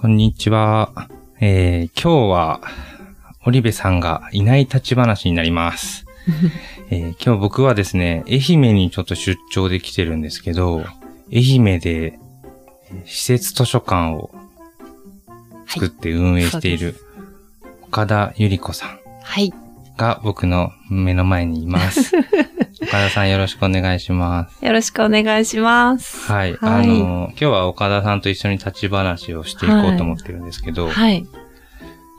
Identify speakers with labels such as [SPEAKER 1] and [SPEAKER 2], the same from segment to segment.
[SPEAKER 1] こんにちは。えー、今日は、織部さんがいない立ち話になります。えー今日僕はですね、愛媛にちょっと出張で来てるんですけど、愛媛でえー施設図書館を作って運営している岡田ゆり子さん
[SPEAKER 2] はい。
[SPEAKER 1] が僕の目の前にい ます。岡田さんよろしくお願いします。
[SPEAKER 2] よろしくお願いします。
[SPEAKER 1] はい。
[SPEAKER 2] はい
[SPEAKER 1] あの、今日は岡田さんと一緒に立ち話をしていこうと思ってるんですけど、
[SPEAKER 2] はい。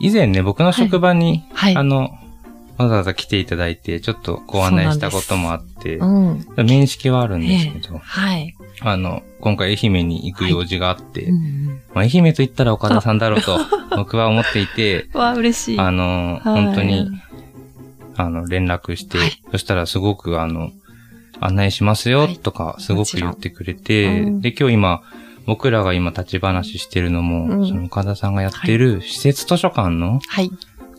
[SPEAKER 1] 以前ね、僕の職場に、
[SPEAKER 2] はい。
[SPEAKER 1] あの、わざわざ来ていただいて、ちょっとご案内したこともあって、
[SPEAKER 2] うん。
[SPEAKER 1] 面識はあるんですけど、
[SPEAKER 2] はい。
[SPEAKER 1] あの、今回愛媛に行く用事があって、
[SPEAKER 2] うん
[SPEAKER 1] まあ、愛媛と言ったら岡田さんだろうと 僕は思っていて、
[SPEAKER 2] うん。わ、嬉しい。
[SPEAKER 1] あの、
[SPEAKER 2] はい
[SPEAKER 1] 本当に、。あの、連絡して、
[SPEAKER 2] はい
[SPEAKER 1] そしたらすごくあの、案内しますよ
[SPEAKER 2] はい
[SPEAKER 1] とか、すごく言ってくれて、
[SPEAKER 2] もちろんうん
[SPEAKER 1] で、今日今、僕らが今立ち話してるのも、
[SPEAKER 2] うん
[SPEAKER 1] その岡田さんがやってる施設図書館の
[SPEAKER 2] はい。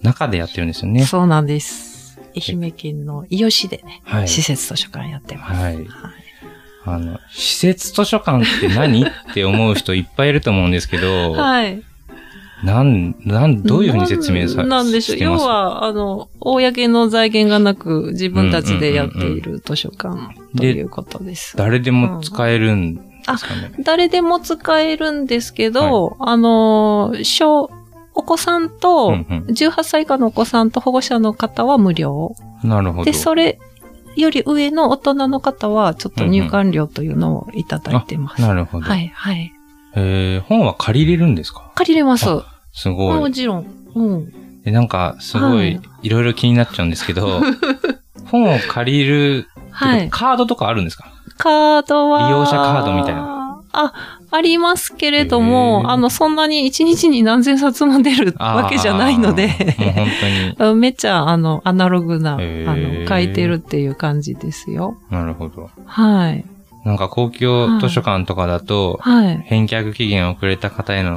[SPEAKER 1] 中でやってるんですよね。
[SPEAKER 2] そうなんです。愛媛県の伊予市でね、
[SPEAKER 1] はい。
[SPEAKER 2] 施設図書館やってます。
[SPEAKER 1] はい
[SPEAKER 2] はい。
[SPEAKER 1] あの、施設図書館って何って思う人いっぱいいると思うんですけど、
[SPEAKER 2] はい。
[SPEAKER 1] なん、なん、どういうふうに説明さ
[SPEAKER 2] なんなんでしょう。
[SPEAKER 1] て
[SPEAKER 2] 要
[SPEAKER 1] ます
[SPEAKER 2] は、あの、公の財源がなく、自分たちでやっている図書館
[SPEAKER 1] ん
[SPEAKER 2] ということです。
[SPEAKER 1] 誰でも使えるんですかね。
[SPEAKER 2] 誰でも使えるんですけど、あの、小、お子さんと、
[SPEAKER 1] うん
[SPEAKER 2] 18歳以下のお子さんと保護者の方は無料。
[SPEAKER 1] うん、なるほど。
[SPEAKER 2] で、それより上の大人の方は、ちょっと入館料というのをいただいてます。
[SPEAKER 1] なるほど。
[SPEAKER 2] はい、はい。
[SPEAKER 1] えー本は借りれるんですか
[SPEAKER 2] 借りれます。
[SPEAKER 1] すご
[SPEAKER 2] も
[SPEAKER 1] い。
[SPEAKER 2] ちろん。うん。
[SPEAKER 1] でなんか、すご
[SPEAKER 2] はい
[SPEAKER 1] い、いろいろ気になっちゃうんですけ ど、本を借りる、
[SPEAKER 2] はい。
[SPEAKER 1] カードとかあるんですか
[SPEAKER 2] カードは。
[SPEAKER 1] 利用者カードみたい
[SPEAKER 2] な。あ、ありますけれども
[SPEAKER 1] へ、ー
[SPEAKER 2] あの、そんなに1日に何千冊も出る
[SPEAKER 1] あー
[SPEAKER 2] わけじゃないの
[SPEAKER 1] もう
[SPEAKER 2] で、
[SPEAKER 1] 本当に。
[SPEAKER 2] めっちゃ、あの、アナログな、あ
[SPEAKER 1] へー
[SPEAKER 2] の、書いてるっていう感じですよ。
[SPEAKER 1] なるほど。
[SPEAKER 2] はい。
[SPEAKER 1] なんか公共図書館とかだと、
[SPEAKER 2] はい。
[SPEAKER 1] 返却期限遅れた方への
[SPEAKER 2] あ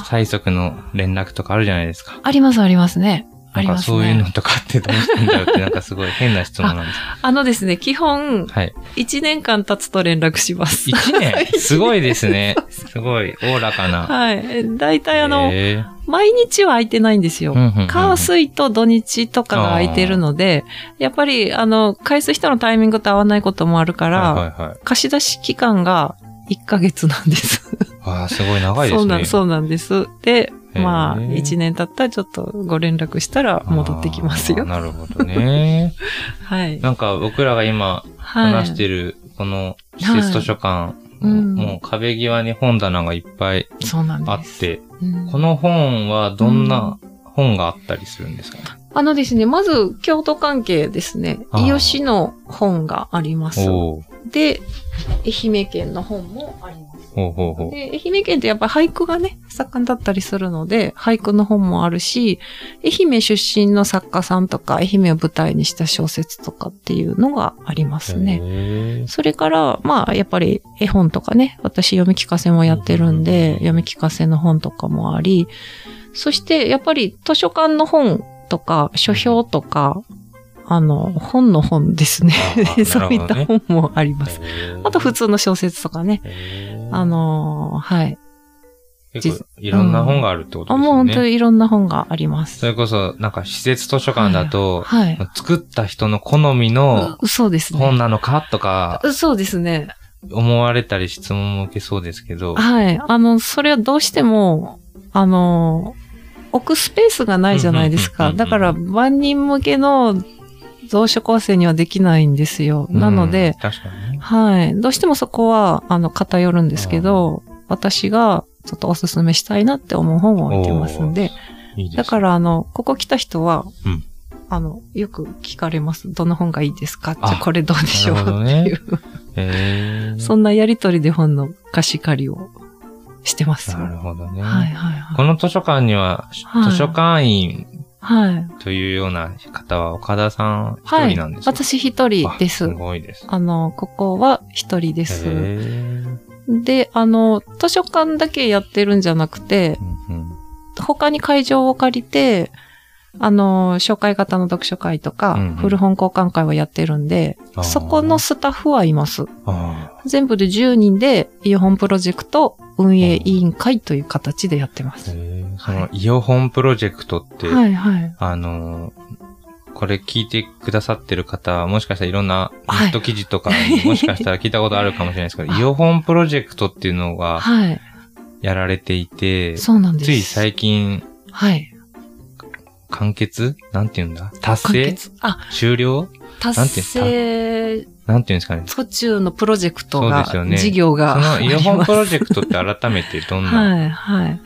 [SPEAKER 2] あ。
[SPEAKER 1] 最速の連絡とかあるじゃないですか。
[SPEAKER 2] あります、ありますね。
[SPEAKER 1] なん
[SPEAKER 2] あり
[SPEAKER 1] か
[SPEAKER 2] ます
[SPEAKER 1] そういう
[SPEAKER 2] ね。
[SPEAKER 1] のとかってどうしてんだろうって、なんかすごい変な質問なんですけ
[SPEAKER 2] あのですね、基本、
[SPEAKER 1] ど。 はい。
[SPEAKER 2] 1年間経つと連絡します。
[SPEAKER 1] 1年すごいですね。すごい、おおらかな。
[SPEAKER 2] はい。大体あの、
[SPEAKER 1] へー
[SPEAKER 2] 毎日は空いてないんですよ。火、水と土日とかが空いてるので、やっぱり、あの、返す人のタイミングと合わないこともあるか、
[SPEAKER 1] からはいはいはい。
[SPEAKER 2] 貸し出し期間が1ヶ月なんです。
[SPEAKER 1] わあ、すごい長いですね。
[SPEAKER 2] そうなん、そうなんです。で、
[SPEAKER 1] へー
[SPEAKER 2] まあ、1年経ったらちょっとご連絡したら戻ってきます
[SPEAKER 1] あー
[SPEAKER 2] よ。
[SPEAKER 1] なるほどね。
[SPEAKER 2] はい。
[SPEAKER 1] なんか僕らが今
[SPEAKER 2] は
[SPEAKER 1] 話し
[SPEAKER 2] い。
[SPEAKER 1] てる、この施設図書館、
[SPEAKER 2] うん
[SPEAKER 1] もう壁際に本棚がいっぱい
[SPEAKER 2] そうなん
[SPEAKER 1] あ
[SPEAKER 2] で
[SPEAKER 1] っ
[SPEAKER 2] す。
[SPEAKER 1] て、
[SPEAKER 2] うん
[SPEAKER 1] この本はどんな本があったりするんですかね、
[SPEAKER 2] あのですね、まず、京都関係ですね。
[SPEAKER 1] あー
[SPEAKER 2] 伊予市の本があります。
[SPEAKER 1] おー
[SPEAKER 2] で、愛媛県の本もあります。
[SPEAKER 1] ほうほうほう。
[SPEAKER 2] で、愛媛県ってやっぱ俳句がね、盛んだったりするので、俳句の本もあるし、愛媛出身の作家さんとか、愛媛を舞台にした小説とかっていうのがありますね。
[SPEAKER 1] へー
[SPEAKER 2] それから、まあ、やっぱり絵本とかね、私読み聞かせもやってるん
[SPEAKER 1] うん
[SPEAKER 2] で、読み聞かせの本とかもあり、そして、やっぱり図書館の本とか、書評とか、あの、本の本ですね
[SPEAKER 1] ああ。な る
[SPEAKER 2] そう
[SPEAKER 1] ほどね
[SPEAKER 2] いった本もあります。あと、普通の小説とかね。
[SPEAKER 1] へー
[SPEAKER 2] あ、のーはい。
[SPEAKER 1] 結構いろんな本があるってこと
[SPEAKER 2] あ、
[SPEAKER 1] です
[SPEAKER 2] もう
[SPEAKER 1] よ
[SPEAKER 2] 本当
[SPEAKER 1] ね。
[SPEAKER 2] にいろんな本がありま
[SPEAKER 1] そ
[SPEAKER 2] す。
[SPEAKER 1] れこそ、なんか施設図書館だと、
[SPEAKER 2] はい。
[SPEAKER 1] 作った人の好みの
[SPEAKER 2] うそうです
[SPEAKER 1] 本
[SPEAKER 2] ね。
[SPEAKER 1] なのかとか
[SPEAKER 2] そうですね。
[SPEAKER 1] 思われたり質問も受けそうですけど。
[SPEAKER 2] はい。あの、それはどうしても、あの、置くスペースがないじゃないです
[SPEAKER 1] うんう
[SPEAKER 2] か。
[SPEAKER 1] んうんうん
[SPEAKER 2] だから、万人向けの蔵書構成にはできないんですよ。なので、
[SPEAKER 1] うん、確かにね。
[SPEAKER 2] はい。どうしてもそこは、あの、偏るんですけど、私が、ちょっとおすすめしたいなって思う本を置いてますんで、
[SPEAKER 1] いいですね
[SPEAKER 2] だから、あの、ここ来た人は、
[SPEAKER 1] うん
[SPEAKER 2] あの、よく聞かれます。どの本がいいですかじゃ
[SPEAKER 1] あ
[SPEAKER 2] あこれどうでしょう
[SPEAKER 1] な
[SPEAKER 2] っ
[SPEAKER 1] るほど
[SPEAKER 2] て
[SPEAKER 1] ね
[SPEAKER 2] いう、
[SPEAKER 1] へー
[SPEAKER 2] そんなやりとりで本の貸し借りをしてますよ。
[SPEAKER 1] なるほどね。
[SPEAKER 2] はいはいは
[SPEAKER 1] こ
[SPEAKER 2] い。
[SPEAKER 1] の図書館には、
[SPEAKER 2] はい
[SPEAKER 1] 図書館員
[SPEAKER 2] はい。
[SPEAKER 1] というような方は岡田さん一
[SPEAKER 2] は
[SPEAKER 1] 人
[SPEAKER 2] い
[SPEAKER 1] なんで。すか、
[SPEAKER 2] 私一人で
[SPEAKER 1] あ
[SPEAKER 2] す
[SPEAKER 1] す。ごいです。
[SPEAKER 2] あの、ここは一人で
[SPEAKER 1] へ
[SPEAKER 2] す。
[SPEAKER 1] ー
[SPEAKER 2] で、あの、図書館だけやってるんじゃなくて、
[SPEAKER 1] うんうん
[SPEAKER 2] 他に会場を借りて、あの、紹介型の読書会とか、
[SPEAKER 1] うんうん
[SPEAKER 2] 古本交換会をやってるんで、
[SPEAKER 1] あー
[SPEAKER 2] そこのスタッフはいます。
[SPEAKER 1] あ
[SPEAKER 2] 全部で10人で、イオホンプロジェクト、運営委員会という形でやってます。
[SPEAKER 1] その、イオホンプロジェクトって、
[SPEAKER 2] はいはい。
[SPEAKER 1] あのーこれ聞いてくださってる方、もしかしたらいろんなネット記事と か、
[SPEAKER 2] はい
[SPEAKER 1] もしかしたら聞いたことあるかもしれないですけど、
[SPEAKER 2] あ
[SPEAKER 1] イオホンプロジェクトっていうのが
[SPEAKER 2] はい。
[SPEAKER 1] やられていて、
[SPEAKER 2] そうなんです。
[SPEAKER 1] つい最近、
[SPEAKER 2] はい。
[SPEAKER 1] 完結なんていうんだ達
[SPEAKER 2] 完
[SPEAKER 1] 成
[SPEAKER 2] 結。あ、
[SPEAKER 1] 終了
[SPEAKER 2] 達成
[SPEAKER 1] なんていうんですかね
[SPEAKER 2] 途中のプロジェクト
[SPEAKER 1] そう
[SPEAKER 2] が、
[SPEAKER 1] ですよね
[SPEAKER 2] 事業が
[SPEAKER 1] そのイオホンプロジェ
[SPEAKER 2] ク
[SPEAKER 1] クトって改めてどんな、
[SPEAKER 2] はい、はい。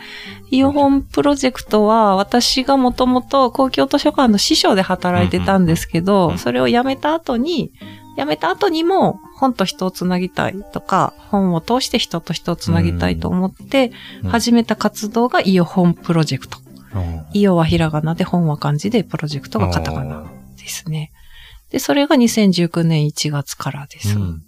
[SPEAKER 2] イオホンプロジェクトは、私がもともと公共図書館の師匠で働いてたんですけ
[SPEAKER 1] うんうんう
[SPEAKER 2] ど、
[SPEAKER 1] ん
[SPEAKER 2] それを辞めた後に、辞めた後にも本と人をつなぎたいとか、本を通して人と人をつなぎたいと思って
[SPEAKER 1] う、ん
[SPEAKER 2] 始めた活動がイオホンプロジェクト。
[SPEAKER 1] うん
[SPEAKER 2] イオはひらがなで本は漢字でプロジェクトがカタカナですね。で、それが2019年1月からです。
[SPEAKER 1] うん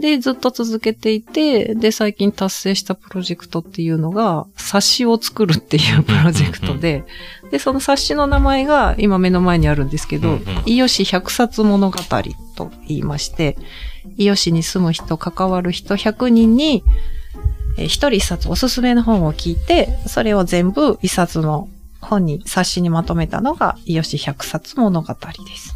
[SPEAKER 2] で、ずっと続けていて、で、最近達成したプロジェクトっていうのが、冊子を作るっていうプロジェクトで、で、その冊子の名前が今目の前にあるんです
[SPEAKER 1] う
[SPEAKER 2] け
[SPEAKER 1] んう
[SPEAKER 2] ど
[SPEAKER 1] ん、
[SPEAKER 2] 伊予市100冊物語と言いまして、伊予市に住む人、関わる人100人に、えー一人一冊おすすめの本を聞いて、それを全部一冊の本に、冊子にまとめたのが、伊予市100冊物語です。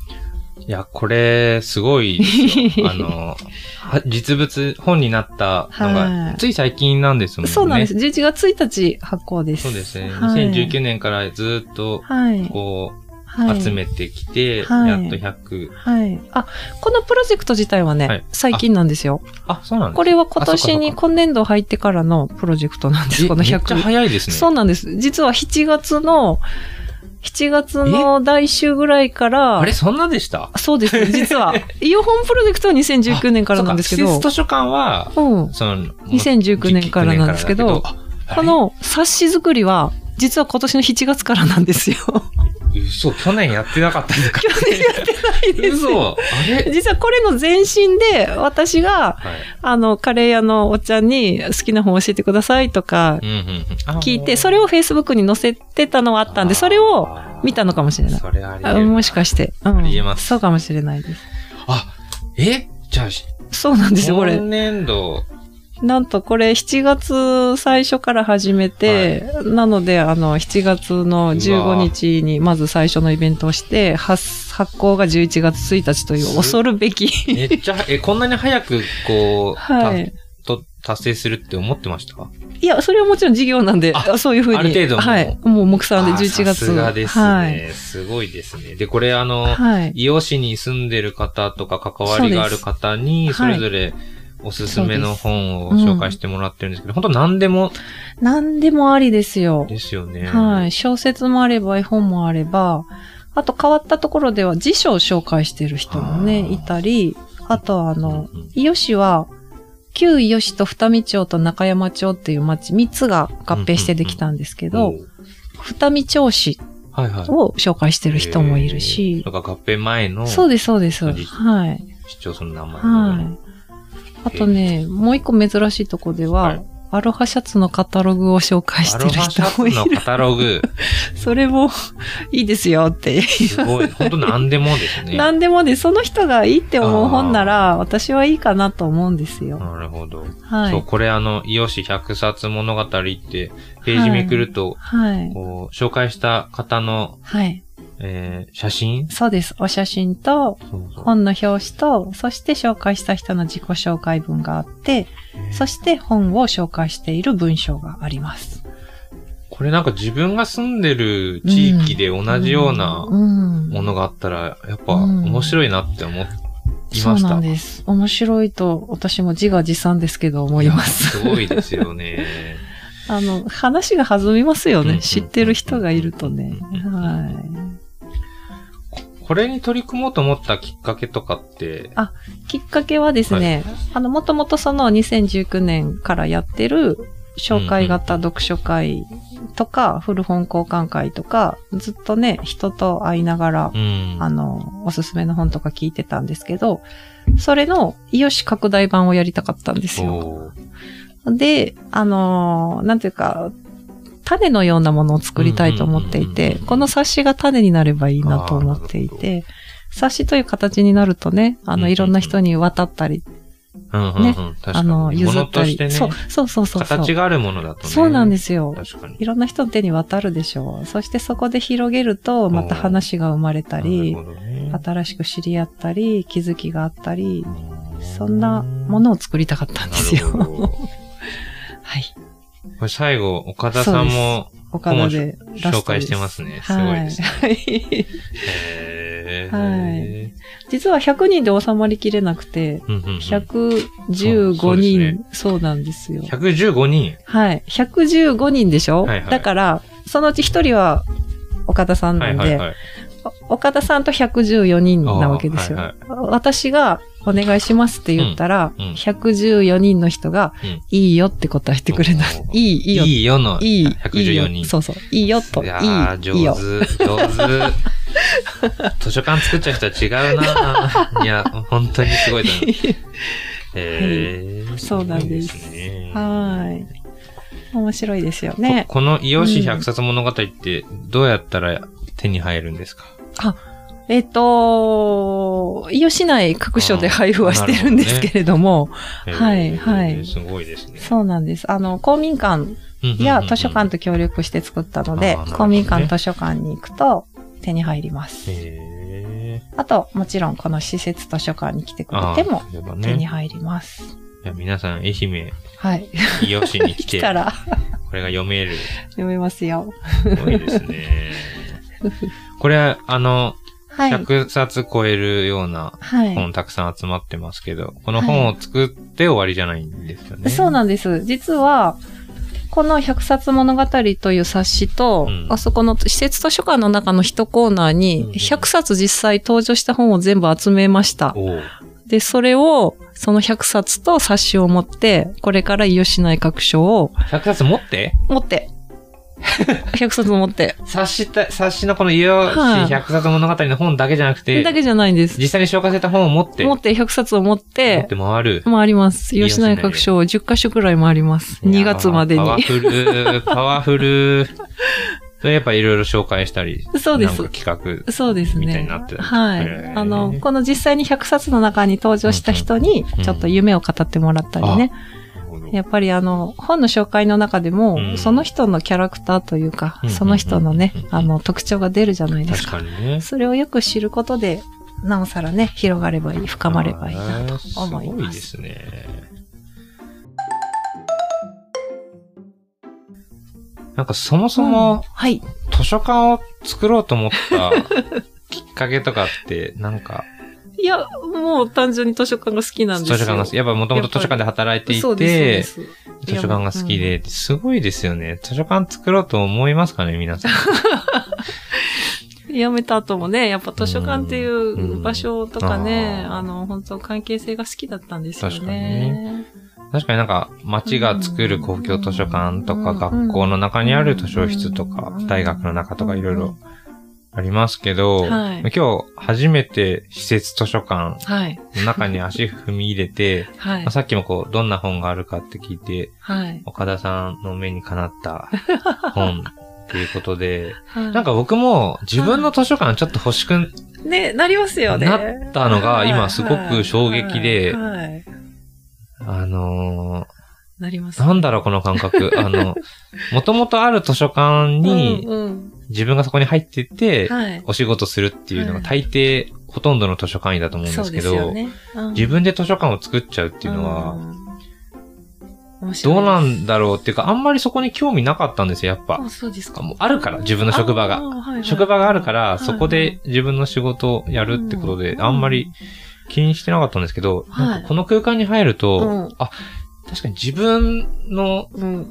[SPEAKER 1] いや、これ、すごい ですよ。あの、は実物、本になったの
[SPEAKER 2] は
[SPEAKER 1] が
[SPEAKER 2] い、
[SPEAKER 1] つい最近なんですもんね。
[SPEAKER 2] そうなんです。11月1日発行です。
[SPEAKER 1] そうですね。
[SPEAKER 2] はい
[SPEAKER 1] 2019年からずっと、
[SPEAKER 2] はい。
[SPEAKER 1] こう、
[SPEAKER 2] はい、
[SPEAKER 1] 集めてきて、
[SPEAKER 2] はい
[SPEAKER 1] やっと100。
[SPEAKER 2] はい。あ、このプロジェクト自体はね、
[SPEAKER 1] はい
[SPEAKER 2] 最近なんですよ。
[SPEAKER 1] あ、そうなんです
[SPEAKER 2] これは今年
[SPEAKER 1] あ
[SPEAKER 2] に
[SPEAKER 1] そっ
[SPEAKER 2] 今年度入ってからのプロジェクトなんです、
[SPEAKER 1] え
[SPEAKER 2] この
[SPEAKER 1] めっちゃ
[SPEAKER 2] 100。
[SPEAKER 1] 早いですね。
[SPEAKER 2] そうなんです。実は7月の、7月の来週ぐらいから、
[SPEAKER 1] あれ、そんなでした
[SPEAKER 2] そうで すね、実は。イオホンプロジェクトは2019年からなんですけ
[SPEAKER 1] そう
[SPEAKER 2] ど
[SPEAKER 1] か施設、図書館は、
[SPEAKER 2] うん。
[SPEAKER 1] その、
[SPEAKER 2] 2019年からなんですけど
[SPEAKER 1] 19年からだけど、あ
[SPEAKER 2] この冊子作りは、実は今年の7月からなんですよ。
[SPEAKER 1] 嘘、去年やってなかったんですか
[SPEAKER 2] 去年やってないです。
[SPEAKER 1] 嘘、あれ
[SPEAKER 2] 実はこれの前身で、私が、
[SPEAKER 1] はい。
[SPEAKER 2] あの、カレー屋のおっちゃんに好きな本教えてくださいとか
[SPEAKER 1] うんうんうんあ
[SPEAKER 2] 聞いて、それを Facebook に載せてたのはあったんで、それを見たのかもしれない。
[SPEAKER 1] それあり
[SPEAKER 2] あ
[SPEAKER 1] 得る
[SPEAKER 2] もしかして。う
[SPEAKER 1] ありえ
[SPEAKER 2] ん。
[SPEAKER 1] ます
[SPEAKER 2] そうかもしれないです。
[SPEAKER 1] あ、えじゃあ、し
[SPEAKER 2] そうなんですよ、これ
[SPEAKER 1] 今。年度、
[SPEAKER 2] なんとこれ7月最初から始めて、なので、あの、7月の15日にまず最初のイベントをして、発発行が11月1日という
[SPEAKER 1] す
[SPEAKER 2] 恐るべき。
[SPEAKER 1] めっ ちゃ、え、こんなに早く、こう、
[SPEAKER 2] はい。
[SPEAKER 1] たと達成するって思ってました
[SPEAKER 2] いや、それはもちろん事業なんで、
[SPEAKER 1] あ
[SPEAKER 2] そういうふうに。
[SPEAKER 1] ある程度もう
[SPEAKER 2] はい。もう目算で
[SPEAKER 1] あー
[SPEAKER 2] 11月。
[SPEAKER 1] さすがですね、
[SPEAKER 2] はい。
[SPEAKER 1] すごいですね。で、これあの、
[SPEAKER 2] はい。
[SPEAKER 1] 伊予市に住んでる方とか関わりがある方に、
[SPEAKER 2] そ
[SPEAKER 1] そう
[SPEAKER 2] で
[SPEAKER 1] れ
[SPEAKER 2] す
[SPEAKER 1] ぞれおすすめの本を
[SPEAKER 2] そうですうん
[SPEAKER 1] 紹介してもらってるんですけど、本当何でも
[SPEAKER 2] 何でもありですよ。
[SPEAKER 1] ですよね。
[SPEAKER 2] はい。小説もあれば、絵本もあれば、あと変わったところでは辞書を紹介してる人も
[SPEAKER 1] あ
[SPEAKER 2] ね、
[SPEAKER 1] ー
[SPEAKER 2] いたり、あとはあの、
[SPEAKER 1] うんうん
[SPEAKER 2] 伊予市は、旧伊予市と二見町と中山町っていう町、三つが合併してできたんですけど、
[SPEAKER 1] おう
[SPEAKER 2] 二見町市
[SPEAKER 1] はいはい。
[SPEAKER 2] を紹介してる人もいるし
[SPEAKER 1] え、ーなんか合併前の
[SPEAKER 2] そう
[SPEAKER 1] 市
[SPEAKER 2] です、そうです。
[SPEAKER 1] そうです
[SPEAKER 2] はい。
[SPEAKER 1] 長その名前の
[SPEAKER 2] はい。あとね、もう一個珍しいとこでは、
[SPEAKER 1] はい
[SPEAKER 2] アロハシャツのカタログを紹介し
[SPEAKER 1] ア
[SPEAKER 2] てる
[SPEAKER 1] ロハシ
[SPEAKER 2] 人も
[SPEAKER 1] ャ
[SPEAKER 2] い
[SPEAKER 1] ツの
[SPEAKER 2] る
[SPEAKER 1] カ。タログ、
[SPEAKER 2] それもいいですよって。
[SPEAKER 1] すごい、本当何でもですね。
[SPEAKER 2] 何でもね、その人がいいって思う本なら、私はいいかなと思うんですよ。
[SPEAKER 1] なるほど。
[SPEAKER 2] は
[SPEAKER 1] そう、
[SPEAKER 2] い。
[SPEAKER 1] これあの、伊予市百冊物語って、ページめくると、
[SPEAKER 2] はい。
[SPEAKER 1] こう、紹介した方の、
[SPEAKER 2] はい。
[SPEAKER 1] えー写真
[SPEAKER 2] そうです。お写真と、
[SPEAKER 1] そうそう
[SPEAKER 2] 本の表紙と、そして紹介した人の自己紹介文があって、そして本を紹介している文章があります。
[SPEAKER 1] これなんか自分が住んでる地域で同じような
[SPEAKER 2] うん
[SPEAKER 1] ものがあったら、やっぱ
[SPEAKER 2] うん
[SPEAKER 1] 面白いなって思いました。
[SPEAKER 2] そうなんです。面白いと、私も自画自賛ですけど思います。
[SPEAKER 1] いやすごいですよね。
[SPEAKER 2] あの、話が弾みますよ
[SPEAKER 1] うんうん
[SPEAKER 2] ね。知ってる人がいるとね。
[SPEAKER 1] うん
[SPEAKER 2] は
[SPEAKER 1] これに取り組もうと思ったきっかけとかって、
[SPEAKER 2] い。きっかけはですね、あの、もともとその2019年からやってる紹介型読書会とか、古本交換会とか、ずっとね、人と会いながら
[SPEAKER 1] う、ん。
[SPEAKER 2] あの、おすすめの本とか聞いてたんですけど、それの、イオシ拡大版をやりたかったんですよ。
[SPEAKER 1] おー
[SPEAKER 2] で、あのーなんていうか、種のようなものを作りたいと思ってい
[SPEAKER 1] うんうん
[SPEAKER 2] て
[SPEAKER 1] うんうん、
[SPEAKER 2] この冊子が種になればいいなと思ってい
[SPEAKER 1] あーな
[SPEAKER 2] て、冊子という形になるとね、あ
[SPEAKER 1] うんうんう
[SPEAKER 2] の、
[SPEAKER 1] ん
[SPEAKER 2] いろんな人に渡ったり、
[SPEAKER 1] うんうんうん。確かに。
[SPEAKER 2] あの、譲
[SPEAKER 1] 物
[SPEAKER 2] った
[SPEAKER 1] とし
[SPEAKER 2] り。
[SPEAKER 1] てね、
[SPEAKER 2] そうそうそうそうそう。
[SPEAKER 1] 形があるものだとね。
[SPEAKER 2] そうなんですよ。
[SPEAKER 1] 確かに。
[SPEAKER 2] いろんな人の手に渡るでしょう。そしてそこで広げると、また話が生まれたり
[SPEAKER 1] な、るほどね
[SPEAKER 2] 新しく知り合ったり、気づきがあったり、
[SPEAKER 1] うん
[SPEAKER 2] そんなものを作りたかったんです
[SPEAKER 1] なる
[SPEAKER 2] よ。
[SPEAKER 1] ほどこ
[SPEAKER 2] はい。
[SPEAKER 1] れ最後、岡田さんも
[SPEAKER 2] 岡田でラストです。
[SPEAKER 1] 紹介してますね。すごいですね。
[SPEAKER 2] はい。
[SPEAKER 1] へ
[SPEAKER 2] はい実は100人で収まりきれなくて、
[SPEAKER 1] ー。
[SPEAKER 2] 115人、そうなんですよ。
[SPEAKER 1] 115人。
[SPEAKER 2] はい。115人でしょ、
[SPEAKER 1] はいはい
[SPEAKER 2] だから、そのうち1人は岡田さんなんで、
[SPEAKER 1] い。
[SPEAKER 2] お岡田さんと114人なわけですよ。
[SPEAKER 1] あ
[SPEAKER 2] 私がお願いしますって言ったら、
[SPEAKER 1] うんうん
[SPEAKER 2] 114人の人が、
[SPEAKER 1] うん
[SPEAKER 2] いいよって答えてくれた。
[SPEAKER 1] おー
[SPEAKER 2] いい、いいよ。
[SPEAKER 1] い
[SPEAKER 2] い
[SPEAKER 1] いよの
[SPEAKER 2] い、いい
[SPEAKER 1] 114
[SPEAKER 2] よ
[SPEAKER 1] 人。
[SPEAKER 2] そうそう。いいよと。いい、
[SPEAKER 1] やー上手
[SPEAKER 2] いいよ。、
[SPEAKER 1] 上 手。図書館作っちゃう人は違う ないや、本当にすごいと思う。へー
[SPEAKER 2] そうなんです
[SPEAKER 1] ごいね
[SPEAKER 2] はい。面白いですよ
[SPEAKER 1] こ
[SPEAKER 2] ね。
[SPEAKER 1] この伊予市
[SPEAKER 2] うん
[SPEAKER 1] 百冊物語ってどうやったら手に入るんですか
[SPEAKER 2] えっ、と、伊予市内各所で配布はしてるんですけれども、はい
[SPEAKER 1] へー
[SPEAKER 2] はい
[SPEAKER 1] すごいですね。
[SPEAKER 2] そうなんです。あの、公民館いや、図書館
[SPEAKER 1] と。
[SPEAKER 2] と協力して作ったので
[SPEAKER 1] あーなるほど、ね
[SPEAKER 2] 公民館、図書館に行くと手に入ります。
[SPEAKER 1] へー
[SPEAKER 2] あと、もちろんこの施設図書館に来てく
[SPEAKER 1] あ
[SPEAKER 2] れ
[SPEAKER 1] ー
[SPEAKER 2] ても
[SPEAKER 1] そういえば
[SPEAKER 2] 手に
[SPEAKER 1] ね。
[SPEAKER 2] 入ります。
[SPEAKER 1] いや皆さん、愛媛、
[SPEAKER 2] はい。
[SPEAKER 1] 伊予市に来て、
[SPEAKER 2] 来たら
[SPEAKER 1] これが読める。
[SPEAKER 2] 読めますよ。
[SPEAKER 1] すごいです ね。これは、あの、
[SPEAKER 2] はい。
[SPEAKER 1] 100冊超えるような
[SPEAKER 2] は
[SPEAKER 1] 本たくさん集まってますけど、この本を作って終わりじゃないんですよね。
[SPEAKER 2] い。そう
[SPEAKER 1] の
[SPEAKER 2] なんです。実は、この百冊物語という冊子と、
[SPEAKER 1] うん
[SPEAKER 2] あそこの施設図書館の中の一コーナー
[SPEAKER 1] うん
[SPEAKER 2] に、100冊実際登場した本を全部集めました。
[SPEAKER 1] おう
[SPEAKER 2] で、それを、その100冊と冊子を持って、これから伊予市内各所を
[SPEAKER 1] 100冊持って
[SPEAKER 2] 持 って。100冊持って。
[SPEAKER 1] 冊子た、冊子のこの家を
[SPEAKER 2] はい
[SPEAKER 1] 100冊物語の本だけじゃなくて、
[SPEAKER 2] だけじゃないんです。
[SPEAKER 1] 実際に紹介された本を持って、
[SPEAKER 2] 持って、100冊を持っ、
[SPEAKER 1] 持ってて回る。
[SPEAKER 2] 回ります。
[SPEAKER 1] いい
[SPEAKER 2] 吉野家各所を10カ所くらい回ります。
[SPEAKER 1] いや
[SPEAKER 2] 2
[SPEAKER 1] ー
[SPEAKER 2] 月まで
[SPEAKER 1] パワ
[SPEAKER 2] に。
[SPEAKER 1] フ ル、パワフル。それやっぱいろいろ紹介したり、
[SPEAKER 2] そうです
[SPEAKER 1] なんか企画。
[SPEAKER 2] そうですね。
[SPEAKER 1] みたいになってた
[SPEAKER 2] は
[SPEAKER 1] へ
[SPEAKER 2] い。
[SPEAKER 1] ー
[SPEAKER 2] あの、この実際に100冊の中に登場した人に
[SPEAKER 1] うん、
[SPEAKER 2] ちょっと夢を語ってもらったりね。やっぱりあの、本の紹介の中でも、
[SPEAKER 1] うん
[SPEAKER 2] その人のキャラクターというか、
[SPEAKER 1] うん
[SPEAKER 2] その人のね
[SPEAKER 1] うん、
[SPEAKER 2] あの、特徴が出るじゃないです
[SPEAKER 1] 確
[SPEAKER 2] か。
[SPEAKER 1] かにね。
[SPEAKER 2] それをよく知ることで、なおさらね、広がればいい、深まればいいなと思い
[SPEAKER 1] あーすごい
[SPEAKER 2] ま。
[SPEAKER 1] ですすね。なんかそもそ
[SPEAKER 2] うん
[SPEAKER 1] も
[SPEAKER 2] はい。
[SPEAKER 1] 図書館を作ろうと思ったきっかけとか って、なんか、
[SPEAKER 2] いや、もう単純に図書館が好きなんです
[SPEAKER 1] 図
[SPEAKER 2] よ。
[SPEAKER 1] 書館が好き。やっぱもともと図書館で働いてい
[SPEAKER 2] そう
[SPEAKER 1] て
[SPEAKER 2] で、す。そうです
[SPEAKER 1] 図書館が好きで、すごいですよね。図書館作ろうと思いますかね、皆さん。
[SPEAKER 2] 辞めた後もね、やっぱ図書館ってい
[SPEAKER 1] んう
[SPEAKER 2] うん場所とかね、
[SPEAKER 1] あー
[SPEAKER 2] あの、本当関係性が好きだったんですよ
[SPEAKER 1] 確かに
[SPEAKER 2] ね。
[SPEAKER 1] 確かになんか、町が作る公共図書館とか、
[SPEAKER 2] うん
[SPEAKER 1] 学校の中にある図書室とか
[SPEAKER 2] う、ん
[SPEAKER 1] 大学の中とかいろいろありますけど、
[SPEAKER 2] はい
[SPEAKER 1] 今日初めて施設図書館
[SPEAKER 2] はい。
[SPEAKER 1] の中に足踏み入れて、
[SPEAKER 2] はい
[SPEAKER 1] まあ。さっきもこう、どんな本があるかって聞い て、
[SPEAKER 2] はい。
[SPEAKER 1] 岡田さんの目にかなった本っていうことで、
[SPEAKER 2] はい
[SPEAKER 1] なんか僕も自分の図書館ちょっと欲しく
[SPEAKER 2] ね、なりますよね。
[SPEAKER 1] なったのが今すごく衝撃で
[SPEAKER 2] はいはいはい
[SPEAKER 1] あの
[SPEAKER 2] なります
[SPEAKER 1] ー、。なんだろうこの感 覚。あの、もともとある図書館に
[SPEAKER 2] うんうん
[SPEAKER 1] 自分がそこに入ってて、
[SPEAKER 2] はい。
[SPEAKER 1] お仕事するっていうのが大抵ほとんどの図書館員だと思うんで
[SPEAKER 2] そう
[SPEAKER 1] すけ
[SPEAKER 2] です
[SPEAKER 1] ど、
[SPEAKER 2] よね。うん
[SPEAKER 1] 自分で図書館を作っちゃうっていうのは、
[SPEAKER 2] うん、面白い
[SPEAKER 1] どうな
[SPEAKER 2] です
[SPEAKER 1] んだろうっていうか、あんまりそこに興味なかったんですよ、やっぱ。
[SPEAKER 2] あ、そうですか。
[SPEAKER 1] もうあるから、自分の職場
[SPEAKER 2] あ
[SPEAKER 1] が。
[SPEAKER 2] ー、はいはい
[SPEAKER 1] 職場があるか
[SPEAKER 2] は
[SPEAKER 1] ら、
[SPEAKER 2] い
[SPEAKER 1] そこで自分の仕事をやるってことで、
[SPEAKER 2] うん
[SPEAKER 1] あんまり気にしてなかったんですけど、
[SPEAKER 2] はい
[SPEAKER 1] なんかこの空間に入ると、
[SPEAKER 2] うん
[SPEAKER 1] あ、確かに自分の
[SPEAKER 2] うん、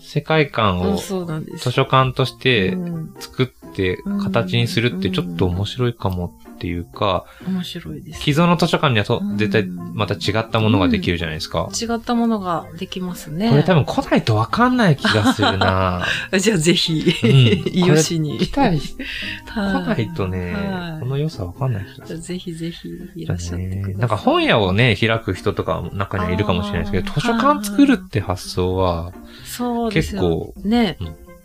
[SPEAKER 1] 世界観
[SPEAKER 2] うん
[SPEAKER 1] を
[SPEAKER 2] そうなんです。
[SPEAKER 1] 図書館として
[SPEAKER 2] うん
[SPEAKER 1] 作って形にするってちょっと面白いかもっていうか、
[SPEAKER 2] 面白いです。
[SPEAKER 1] 既存の図書館にはと
[SPEAKER 2] うん
[SPEAKER 1] 絶対また違ったものができるじゃないですか。
[SPEAKER 2] 違ったものができますね。
[SPEAKER 1] これ多分来ないとわかんない気がする な
[SPEAKER 2] じゃあぜひ、
[SPEAKER 1] うん
[SPEAKER 2] 伊予市に。
[SPEAKER 1] 来たい、来
[SPEAKER 2] は
[SPEAKER 1] ないとね、
[SPEAKER 2] はい
[SPEAKER 1] この良さわかんない気がする。
[SPEAKER 2] ぜひぜひいらっしゃってください。
[SPEAKER 1] なんか本屋をね、開く人とかも中にはいるかもしれないですけど、
[SPEAKER 2] あー
[SPEAKER 1] 図書館作るって発想は、
[SPEAKER 2] そうですよね。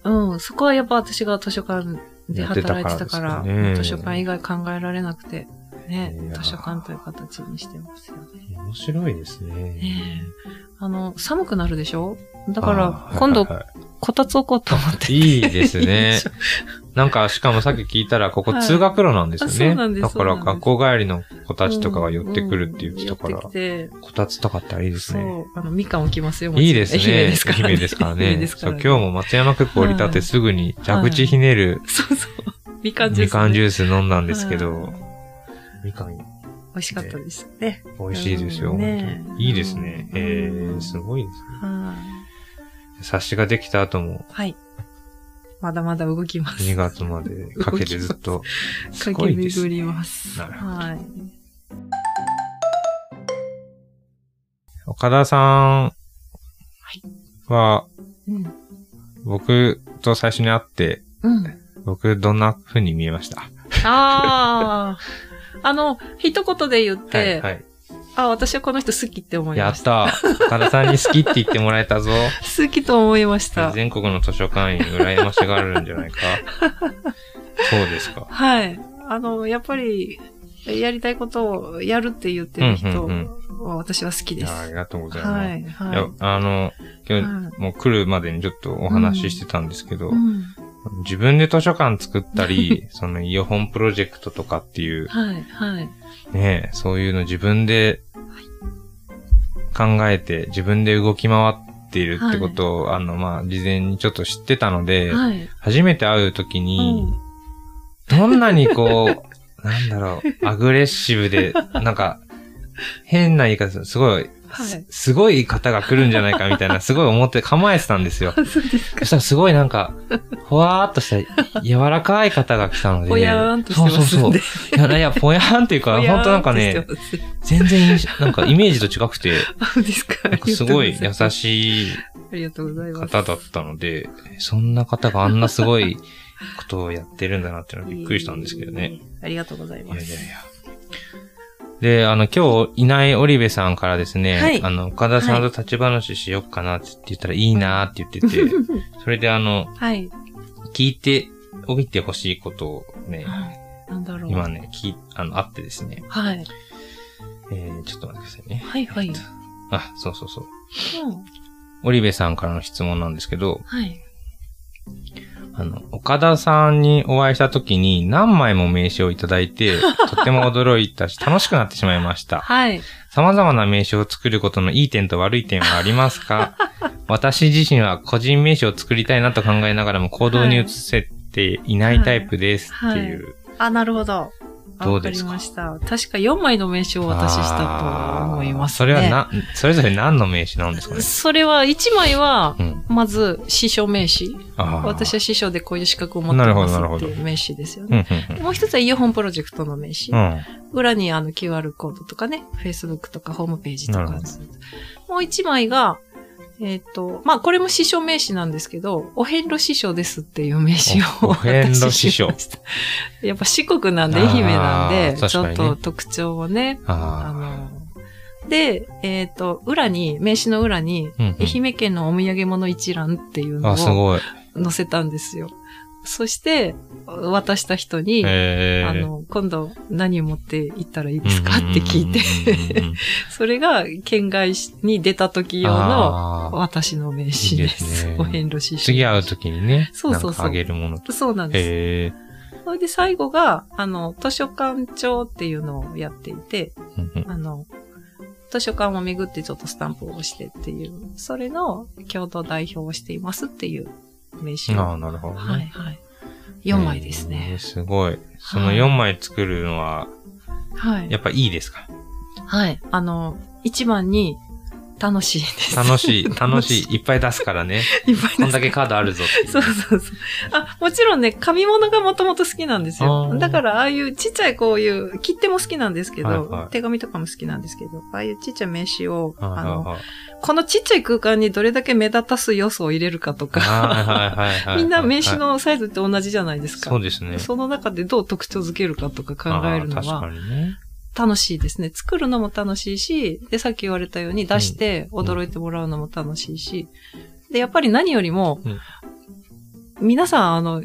[SPEAKER 2] うん。そこはやっぱ私が図書館で働いてたから、
[SPEAKER 1] やってたからですよね
[SPEAKER 2] 図書館以外考えられなくて。ね
[SPEAKER 1] いや、ー
[SPEAKER 2] 図書館という形にしてますよね。
[SPEAKER 1] 面白いです
[SPEAKER 2] ね
[SPEAKER 1] ね。
[SPEAKER 2] あの、寒くなるでしょだ
[SPEAKER 1] だ
[SPEAKER 2] から、今度、
[SPEAKER 1] は
[SPEAKER 2] こたつ置こうと思って。
[SPEAKER 1] いいいですね
[SPEAKER 2] いいでしょ。
[SPEAKER 1] なんか、しかもさっき聞いたら、ここ
[SPEAKER 2] はい
[SPEAKER 1] 通学路なんですよ
[SPEAKER 2] あそ
[SPEAKER 1] ね。
[SPEAKER 2] うなんです
[SPEAKER 1] だから、
[SPEAKER 2] そうなん
[SPEAKER 1] 学
[SPEAKER 2] です
[SPEAKER 1] 校帰りの子たちとかが寄ってくるって言ってたか
[SPEAKER 2] うん
[SPEAKER 1] ら、
[SPEAKER 2] 寄ってき
[SPEAKER 1] こたつとかってありで
[SPEAKER 2] て、
[SPEAKER 1] す
[SPEAKER 2] そ
[SPEAKER 1] ね。
[SPEAKER 2] う、あの、みかん置きますよ、もちろん
[SPEAKER 1] いいですね。
[SPEAKER 2] 愛媛ですからね。
[SPEAKER 1] 愛媛です からね。
[SPEAKER 2] 愛媛ですから
[SPEAKER 1] そう今日も松山空港降り立ってすぐに蛇口ひねる
[SPEAKER 2] そうそう。みかんジュー
[SPEAKER 1] み
[SPEAKER 2] ス。
[SPEAKER 1] かんジ
[SPEAKER 2] ー
[SPEAKER 1] ュース飲んだんですけ
[SPEAKER 2] は
[SPEAKER 1] ど
[SPEAKER 2] い、
[SPEAKER 1] みかん
[SPEAKER 2] 美味しかったですね。
[SPEAKER 1] 美味しいですよ。
[SPEAKER 2] うん
[SPEAKER 1] 本当にいいですね。
[SPEAKER 2] うん
[SPEAKER 1] えー、すごいですね。
[SPEAKER 2] は
[SPEAKER 1] 冊子ができた後も、
[SPEAKER 2] いはい。まだまだ動きます。
[SPEAKER 1] 2月までかけてずっと、すご
[SPEAKER 2] 駆け
[SPEAKER 1] いです
[SPEAKER 2] 巡
[SPEAKER 1] ね。
[SPEAKER 2] ります。
[SPEAKER 1] なるほど
[SPEAKER 2] はい。
[SPEAKER 1] 岡田さんは、
[SPEAKER 2] うん。
[SPEAKER 1] 僕と最初に会って、
[SPEAKER 2] うん。
[SPEAKER 1] 僕どんな風に見えました
[SPEAKER 2] ああ。あの、一言で言って、
[SPEAKER 1] はい、はい。
[SPEAKER 2] あ、私はこの人好きって思い
[SPEAKER 1] や
[SPEAKER 2] ま
[SPEAKER 1] っ
[SPEAKER 2] した。
[SPEAKER 1] た岡田さんに好きって言ってもらえた ぞ。
[SPEAKER 2] 好きと思いました。
[SPEAKER 1] 全国の図書館員羨ましがるんじゃない かそうですか。
[SPEAKER 2] はい。あの、やっぱり、やりたいことをやるって言ってる人
[SPEAKER 1] うんうん
[SPEAKER 2] は私は好き
[SPEAKER 1] い
[SPEAKER 2] です。
[SPEAKER 1] やありがとうございます。
[SPEAKER 2] はいい。はい。
[SPEAKER 1] や、あの、今日、
[SPEAKER 2] はい
[SPEAKER 1] もう来るまでにちょっとお話ししてたんですけど、
[SPEAKER 2] うん
[SPEAKER 1] 自分で図書館作ったり、そのイヤホンプロジェクトとかっていう、
[SPEAKER 2] はい、はい。
[SPEAKER 1] ね、そういうの自分で考えて、自分で動き回っているってことを、あの、まあ、事前にちょっと知ってたので、
[SPEAKER 2] はい。
[SPEAKER 1] 初めて会うときに、
[SPEAKER 2] うん
[SPEAKER 1] どんなにこう、 なんだろう、アグレッシブで、なんか、変な言い方する、すごい、
[SPEAKER 2] はい
[SPEAKER 1] すすごい方が来るんじゃないかみたいな、すごい思って構えてたん ですよ。
[SPEAKER 2] あそうです
[SPEAKER 1] そ
[SPEAKER 2] か。
[SPEAKER 1] したらすごいなんか、ほわーっとした柔らかい方が来たので。
[SPEAKER 2] ぽやーんとしてます
[SPEAKER 1] そ
[SPEAKER 2] ん
[SPEAKER 1] うそ
[SPEAKER 2] で
[SPEAKER 1] う。そう。いや、いや、ぽやーんっていうか、
[SPEAKER 2] ぽやー
[SPEAKER 1] ほんとなんかね
[SPEAKER 2] と、してます
[SPEAKER 1] 全然印象、なんかイメージと違くて、
[SPEAKER 2] あそうですか。
[SPEAKER 1] なんかすごい
[SPEAKER 2] ありがとう
[SPEAKER 1] 優しい
[SPEAKER 2] ございます。ありがとうございます。
[SPEAKER 1] 方だったので、そんな方があんなすごいことをやってるんだなっていうのはびっくりしたんですけどね。
[SPEAKER 2] いえいえ。ありがとうござい
[SPEAKER 1] い
[SPEAKER 2] ま
[SPEAKER 1] やい
[SPEAKER 2] す。
[SPEAKER 1] やいや。で、あの、今日いない織部さんからですね、
[SPEAKER 2] はい
[SPEAKER 1] あの、岡田さんと立ち話しよっかなって言ったらいいなーって言ってて、それであの、
[SPEAKER 2] はい。
[SPEAKER 1] 聞いておいてほしいことをね、
[SPEAKER 2] なんだろう。
[SPEAKER 1] 今ね、聞い、あの、あってですね、
[SPEAKER 2] はい。
[SPEAKER 1] えー、ちょっと待ってくださいね。
[SPEAKER 2] はいはい。うん。
[SPEAKER 1] あ、そうそうそう。織部さんからの質問なんですけど、
[SPEAKER 2] はい。
[SPEAKER 1] あの、岡田さんにお会いした時に何枚も名刺をいただい て、とても驚いたし、楽しくなってしまいました。
[SPEAKER 2] はい。
[SPEAKER 1] 様々な名刺を作ることのいい点と悪い点はあります か私自身は個人名刺を作りたいなと考えながらも行動に移せていないタイプですっていう。
[SPEAKER 2] あ、なるほど。あ
[SPEAKER 1] どうですか
[SPEAKER 2] わかりました。確か4枚の名刺をお渡ししたと思います、
[SPEAKER 1] あ
[SPEAKER 2] ね。
[SPEAKER 1] ーそれはな、それぞれ何の名刺なんですかね
[SPEAKER 2] それは1枚は、
[SPEAKER 1] うん。
[SPEAKER 2] まず、師匠名刺。
[SPEAKER 1] あー
[SPEAKER 2] 私は師匠でこういう資格を持ってま
[SPEAKER 1] な
[SPEAKER 2] す
[SPEAKER 1] るほどなるほ
[SPEAKER 2] って
[SPEAKER 1] ど
[SPEAKER 2] いう名刺ですよ
[SPEAKER 1] うん
[SPEAKER 2] ね。
[SPEAKER 1] うんうん
[SPEAKER 2] もう一つはイヤホンプロジェクトの名刺。
[SPEAKER 1] うん。
[SPEAKER 2] 裏にあの QR コードとかね、Facebook とかホームページと
[SPEAKER 1] なる
[SPEAKER 2] か
[SPEAKER 1] ほ。
[SPEAKER 2] もう一枚が、えっ、と、まあ、これも師匠名刺なんですけど、お遍路師匠ですっていう名刺
[SPEAKER 1] お
[SPEAKER 2] を。
[SPEAKER 1] お遍路師匠
[SPEAKER 2] お渡ししました。やっぱ四国なんで、愛媛なん
[SPEAKER 1] あー
[SPEAKER 2] で、
[SPEAKER 1] 確
[SPEAKER 2] ち
[SPEAKER 1] かに
[SPEAKER 2] ょ
[SPEAKER 1] ね
[SPEAKER 2] っと特徴をね、あ
[SPEAKER 1] あ
[SPEAKER 2] の、で、えっ、と、裏に、名刺の裏に、
[SPEAKER 1] あ。うんうん
[SPEAKER 2] 愛媛県のお土産物一覧っていうの
[SPEAKER 1] あ、す
[SPEAKER 2] を
[SPEAKER 1] ごい。
[SPEAKER 2] 載せたんですよ。そして、渡した人に、
[SPEAKER 1] えー
[SPEAKER 2] あの、今度何持って行ったらいいですかって聞いて、
[SPEAKER 1] うん うんうんうんうん
[SPEAKER 2] それが県外に出た時用の
[SPEAKER 1] あー
[SPEAKER 2] 私の名刺
[SPEAKER 1] い
[SPEAKER 2] で。
[SPEAKER 1] いですすね
[SPEAKER 2] お遍路師匠。
[SPEAKER 1] 次会う時にね、
[SPEAKER 2] そうそうそう
[SPEAKER 1] なんかあげるものと。
[SPEAKER 2] そうなんです。
[SPEAKER 1] へえ。
[SPEAKER 2] それで最後が、あの、図書館長っていうのをやっていて、
[SPEAKER 1] うんうん
[SPEAKER 2] あの、図書館を巡ってちょっとスタンプを押してっていう、それの共同代表をしていますっていう名刺
[SPEAKER 1] あ
[SPEAKER 2] を。
[SPEAKER 1] あ、なるほどね。
[SPEAKER 2] はいはい。4枚です
[SPEAKER 1] えー
[SPEAKER 2] ね。
[SPEAKER 1] すごい。その
[SPEAKER 2] はい
[SPEAKER 1] 4枚作るのは、
[SPEAKER 2] はい。
[SPEAKER 1] やっぱいいです か
[SPEAKER 2] はい。あの、一番に、楽しいです。
[SPEAKER 1] 楽しい、楽しい。いっぱい出すからね。
[SPEAKER 2] い。いっぱい
[SPEAKER 1] こ
[SPEAKER 2] なん
[SPEAKER 1] んだけカードあるぞってい
[SPEAKER 2] そうそうそう。あ、もちろんね、紙物がもともと好きなんです
[SPEAKER 1] あー
[SPEAKER 2] よ。だから、ああいうちっちゃいこういう、切手も好きなんですけど、
[SPEAKER 1] はいはい
[SPEAKER 2] 手紙とかも好きなんですけど、ああいうちっちゃい名刺
[SPEAKER 1] は
[SPEAKER 2] を、
[SPEAKER 1] い
[SPEAKER 2] あの、
[SPEAKER 1] はいはい
[SPEAKER 2] このちっちゃい空間にどれだけ目立たす要素を入れるかと
[SPEAKER 1] はい
[SPEAKER 2] か、
[SPEAKER 1] はいはいはい。
[SPEAKER 2] みんな名刺のサイズって同じじゃないですか。
[SPEAKER 1] そうですね。
[SPEAKER 2] その中でどう特徴づけるかとか考えるの
[SPEAKER 1] あー確か
[SPEAKER 2] は
[SPEAKER 1] にね。
[SPEAKER 2] 楽しいですね。作るのも楽しいし、で、さっき言われたように出して
[SPEAKER 1] ん
[SPEAKER 2] 驚いてもらうのも楽しいし、で、やっぱり何よりも、
[SPEAKER 1] うん
[SPEAKER 2] 皆さん、あの、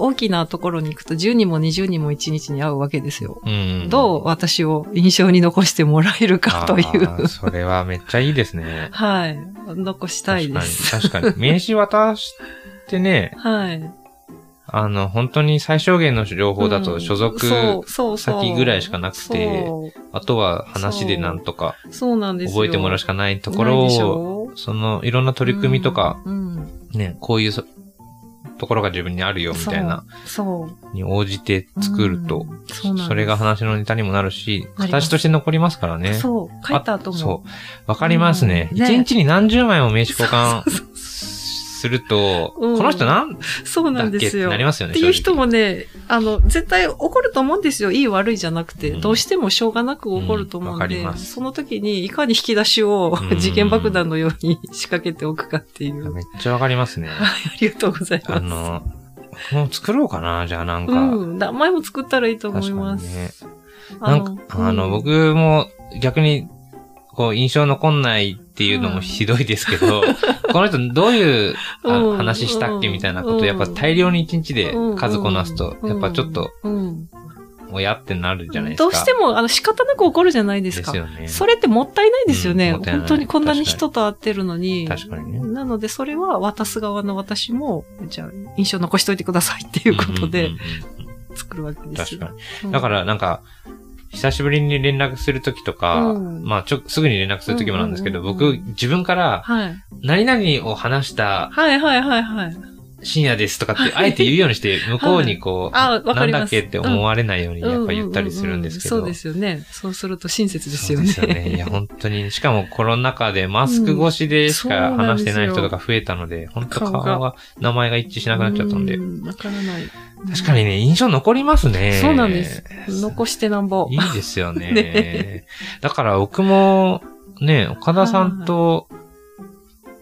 [SPEAKER 2] 大きなところに行くと10人も20人も1日に会うわけですよ。
[SPEAKER 1] うん
[SPEAKER 2] どう私を印象に残してもらえるかとい
[SPEAKER 1] あ
[SPEAKER 2] う。
[SPEAKER 1] ー。それはめっちゃいいですね
[SPEAKER 2] はい。残したいです。
[SPEAKER 1] 確かに。確かに。名刺渡してね、
[SPEAKER 2] はい。
[SPEAKER 1] あの、本当に最小限の情報だと所属、先
[SPEAKER 2] 先
[SPEAKER 1] ぐらいしかなくてあとは話でなんとか
[SPEAKER 2] そうそうなんですよ。
[SPEAKER 1] 覚えてもらうしかないところ
[SPEAKER 2] ないでし
[SPEAKER 1] を、
[SPEAKER 2] ょ
[SPEAKER 1] その、いろんな取り組みとか、、
[SPEAKER 2] うんうん
[SPEAKER 1] ね、こういうそところが自分にあるよみたいな、
[SPEAKER 2] そう。そう
[SPEAKER 1] に応じて作ると、
[SPEAKER 2] うんそうなんです
[SPEAKER 1] それが話のネタにもなるし、
[SPEAKER 2] なります
[SPEAKER 1] 形として残りますからね。
[SPEAKER 2] そう、書いた後も。
[SPEAKER 1] あそう。わかりますね。
[SPEAKER 2] うん
[SPEAKER 1] 一、
[SPEAKER 2] ね
[SPEAKER 1] 日に何十枚も名刺交換すると、
[SPEAKER 2] うん
[SPEAKER 1] この人なん
[SPEAKER 2] そう
[SPEAKER 1] だ
[SPEAKER 2] な
[SPEAKER 1] っ
[SPEAKER 2] んで
[SPEAKER 1] けっ
[SPEAKER 2] す
[SPEAKER 1] て
[SPEAKER 2] よ。
[SPEAKER 1] なりますよね。
[SPEAKER 2] っていう人
[SPEAKER 1] も。
[SPEAKER 2] もね、あの、絶対怒ると思うんですよ。いい悪いじゃなくて。
[SPEAKER 1] うん
[SPEAKER 2] どうしてもしょうがなく怒ると思
[SPEAKER 1] うんわ
[SPEAKER 2] う
[SPEAKER 1] か
[SPEAKER 2] の
[SPEAKER 1] り
[SPEAKER 2] で、
[SPEAKER 1] ます
[SPEAKER 2] その時にいかに引き出しを
[SPEAKER 1] うん
[SPEAKER 2] 事件爆弾のように仕掛けておくかっていう。はい、
[SPEAKER 1] めっちゃわかりますね。
[SPEAKER 2] ありがとうござい
[SPEAKER 1] あ
[SPEAKER 2] ます。
[SPEAKER 1] の、僕もう作ろうかな、じゃあなんか。
[SPEAKER 2] うん、名前も作ったらいいと思い
[SPEAKER 1] 確か
[SPEAKER 2] ま
[SPEAKER 1] に
[SPEAKER 2] す。
[SPEAKER 1] ね。なんか、あの、、僕も逆に、こう、印象残んないっていうのもひどいですけど、この人どういうあ
[SPEAKER 2] うん
[SPEAKER 1] 話したっけみたいなこ
[SPEAKER 2] う
[SPEAKER 1] と、
[SPEAKER 2] ん
[SPEAKER 1] やっぱ大量に一日で数こなすと、
[SPEAKER 2] うん
[SPEAKER 1] やっぱちょっと、、
[SPEAKER 2] うん
[SPEAKER 1] おやってなるじゃないですか。
[SPEAKER 2] どうしても、あの、仕方なく怒るじゃないですか。
[SPEAKER 1] よね。
[SPEAKER 2] それってもったいないですよね。
[SPEAKER 1] うんもったいない
[SPEAKER 2] 本当にこんなに人と会ってるのに。
[SPEAKER 1] 確かにね。
[SPEAKER 2] なので、それは渡す側の私も、じゃあ、印象残しといてくださいっていうこと
[SPEAKER 1] うん
[SPEAKER 2] で
[SPEAKER 1] うんうん
[SPEAKER 2] 作るわけ
[SPEAKER 1] うん
[SPEAKER 2] です
[SPEAKER 1] 確
[SPEAKER 2] よ。
[SPEAKER 1] か
[SPEAKER 2] うん
[SPEAKER 1] に。だから、なんか、久しぶりに連絡するときとか、
[SPEAKER 2] うん
[SPEAKER 1] まあ、ちょ、すぐに連絡するときもなんですけど、
[SPEAKER 2] うんうんうん
[SPEAKER 1] 僕、自分から、
[SPEAKER 2] はい。
[SPEAKER 1] 何々を話した
[SPEAKER 2] はいはいはいはい。
[SPEAKER 1] 深夜ですとかって、あえて言うように して、向こうにこう、
[SPEAKER 2] あわかり
[SPEAKER 1] な
[SPEAKER 2] ます
[SPEAKER 1] んだっけって思われないように、やっぱ言ったりするんですけど。
[SPEAKER 2] ううううそうですよね。そうすると親切です
[SPEAKER 1] そう
[SPEAKER 2] よ
[SPEAKER 1] で
[SPEAKER 2] ね。
[SPEAKER 1] すよね。いや、本当に。しかもコロナ禍でマスク越しでしか
[SPEAKER 2] うんそうなん
[SPEAKER 1] 話し
[SPEAKER 2] です
[SPEAKER 1] て
[SPEAKER 2] よ
[SPEAKER 1] ない人とか増えたので、本当
[SPEAKER 2] 顔が
[SPEAKER 1] 顔が、名前が一致しなくなっちゃったんで
[SPEAKER 2] う。ん。わからない。
[SPEAKER 1] 確かにね、印象残りますね。
[SPEAKER 2] そうなんです。残してなんぼ
[SPEAKER 1] い。いですよね。
[SPEAKER 2] ね
[SPEAKER 1] だから僕も、ね、岡田さんと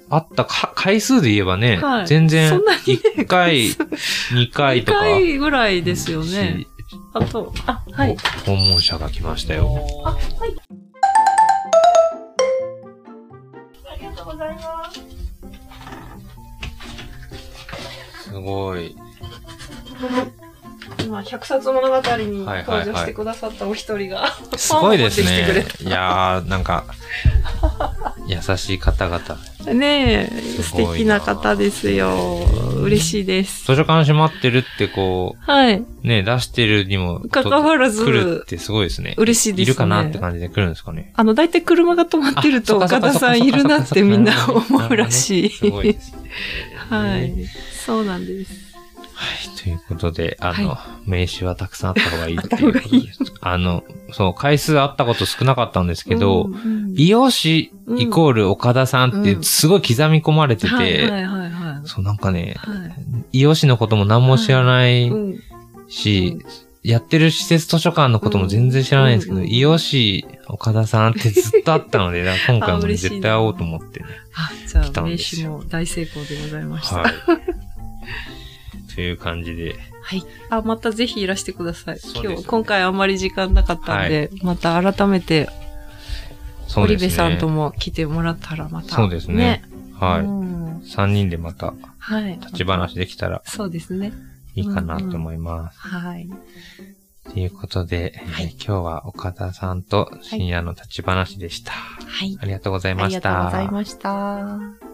[SPEAKER 1] 会ったか回数で言えばね、
[SPEAKER 2] はい
[SPEAKER 1] 全然
[SPEAKER 2] そんなにね
[SPEAKER 1] 1回、2回とか。
[SPEAKER 2] 二回ぐら いですよね。あと、あ、
[SPEAKER 1] し。
[SPEAKER 2] はい。
[SPEAKER 1] 訪問者が来ましたよ。
[SPEAKER 2] あ、はい。
[SPEAKER 1] すごい。
[SPEAKER 2] 今、百冊物語に
[SPEAKER 1] はい
[SPEAKER 2] 登
[SPEAKER 1] はいはい
[SPEAKER 2] 場してくださったお一人が、
[SPEAKER 1] すごいです
[SPEAKER 2] パンを持っ
[SPEAKER 1] ね
[SPEAKER 2] てきて。
[SPEAKER 1] いやー、なんか、優しい方々。
[SPEAKER 2] くれねえ、
[SPEAKER 1] す
[SPEAKER 2] 素
[SPEAKER 1] ごいな
[SPEAKER 2] 敵な方ですよ。嬉しいです。
[SPEAKER 1] 図書館閉まってるってこ
[SPEAKER 2] はい。
[SPEAKER 1] う、ね、出してるにも、
[SPEAKER 2] 関わら
[SPEAKER 1] 来る
[SPEAKER 2] ず
[SPEAKER 1] っ、てすごいですね。
[SPEAKER 2] 嬉しいですね。
[SPEAKER 1] いるかなって感じで来るんですかね。
[SPEAKER 2] あの、大体車が止まってると、
[SPEAKER 1] あそ
[SPEAKER 2] 岡
[SPEAKER 1] っかそ
[SPEAKER 2] 田
[SPEAKER 1] っか
[SPEAKER 2] さんいるなってみんな
[SPEAKER 1] そっかそっか
[SPEAKER 2] 思う らしい。
[SPEAKER 1] すごいですね。
[SPEAKER 2] はい。そうなんです。
[SPEAKER 1] はい。ということで、あの、
[SPEAKER 2] は
[SPEAKER 1] 名刺はたくさんあった方がいいっていうことです。あの、そう、回数あったこと少なかったんですけど、
[SPEAKER 2] うんうん
[SPEAKER 1] 美容師イコール岡田さんっ
[SPEAKER 2] う
[SPEAKER 1] て
[SPEAKER 2] ん
[SPEAKER 1] すごい刻み込まれてて、
[SPEAKER 2] はいはいはいはい。
[SPEAKER 1] そう、なんかね、
[SPEAKER 2] はい
[SPEAKER 1] 美容師のことも何も知らない
[SPEAKER 2] うん
[SPEAKER 1] し、やってる施設図書館のことも全然知らないんですけど、
[SPEAKER 2] うんうん
[SPEAKER 1] 伊予市岡田さんってずっとあった ので、だから今回もね
[SPEAKER 2] あ嬉しいな
[SPEAKER 1] 絶対会おうと思ってね。
[SPEAKER 2] あじゃ
[SPEAKER 1] 来た
[SPEAKER 2] あ、
[SPEAKER 1] ん
[SPEAKER 2] 名
[SPEAKER 1] です
[SPEAKER 2] 刺
[SPEAKER 1] よ
[SPEAKER 2] も大成功でございました。
[SPEAKER 1] はい。という感じで、
[SPEAKER 2] はい。あ、またぜひいらしてください。
[SPEAKER 1] そうですよ
[SPEAKER 2] 今
[SPEAKER 1] ね
[SPEAKER 2] 日、今回あんまり時間なかったんで、また改めて、
[SPEAKER 1] そう
[SPEAKER 2] 堀
[SPEAKER 1] ですね。
[SPEAKER 2] 部さんとも来てもらったらまた。
[SPEAKER 1] そうですね。
[SPEAKER 2] う
[SPEAKER 1] は
[SPEAKER 2] ん
[SPEAKER 1] い。3人でまた
[SPEAKER 2] はい。
[SPEAKER 1] 立ち話できたら
[SPEAKER 2] そうですね。
[SPEAKER 1] いいかなと思います。
[SPEAKER 2] はい。
[SPEAKER 1] ということで、えー
[SPEAKER 2] はい
[SPEAKER 1] 今日は岡田さんと深夜の立ち話でした。
[SPEAKER 2] はい。
[SPEAKER 1] ありがとうござい
[SPEAKER 2] あ
[SPEAKER 1] ま
[SPEAKER 2] りが
[SPEAKER 1] し
[SPEAKER 2] とう
[SPEAKER 1] た。
[SPEAKER 2] ございました。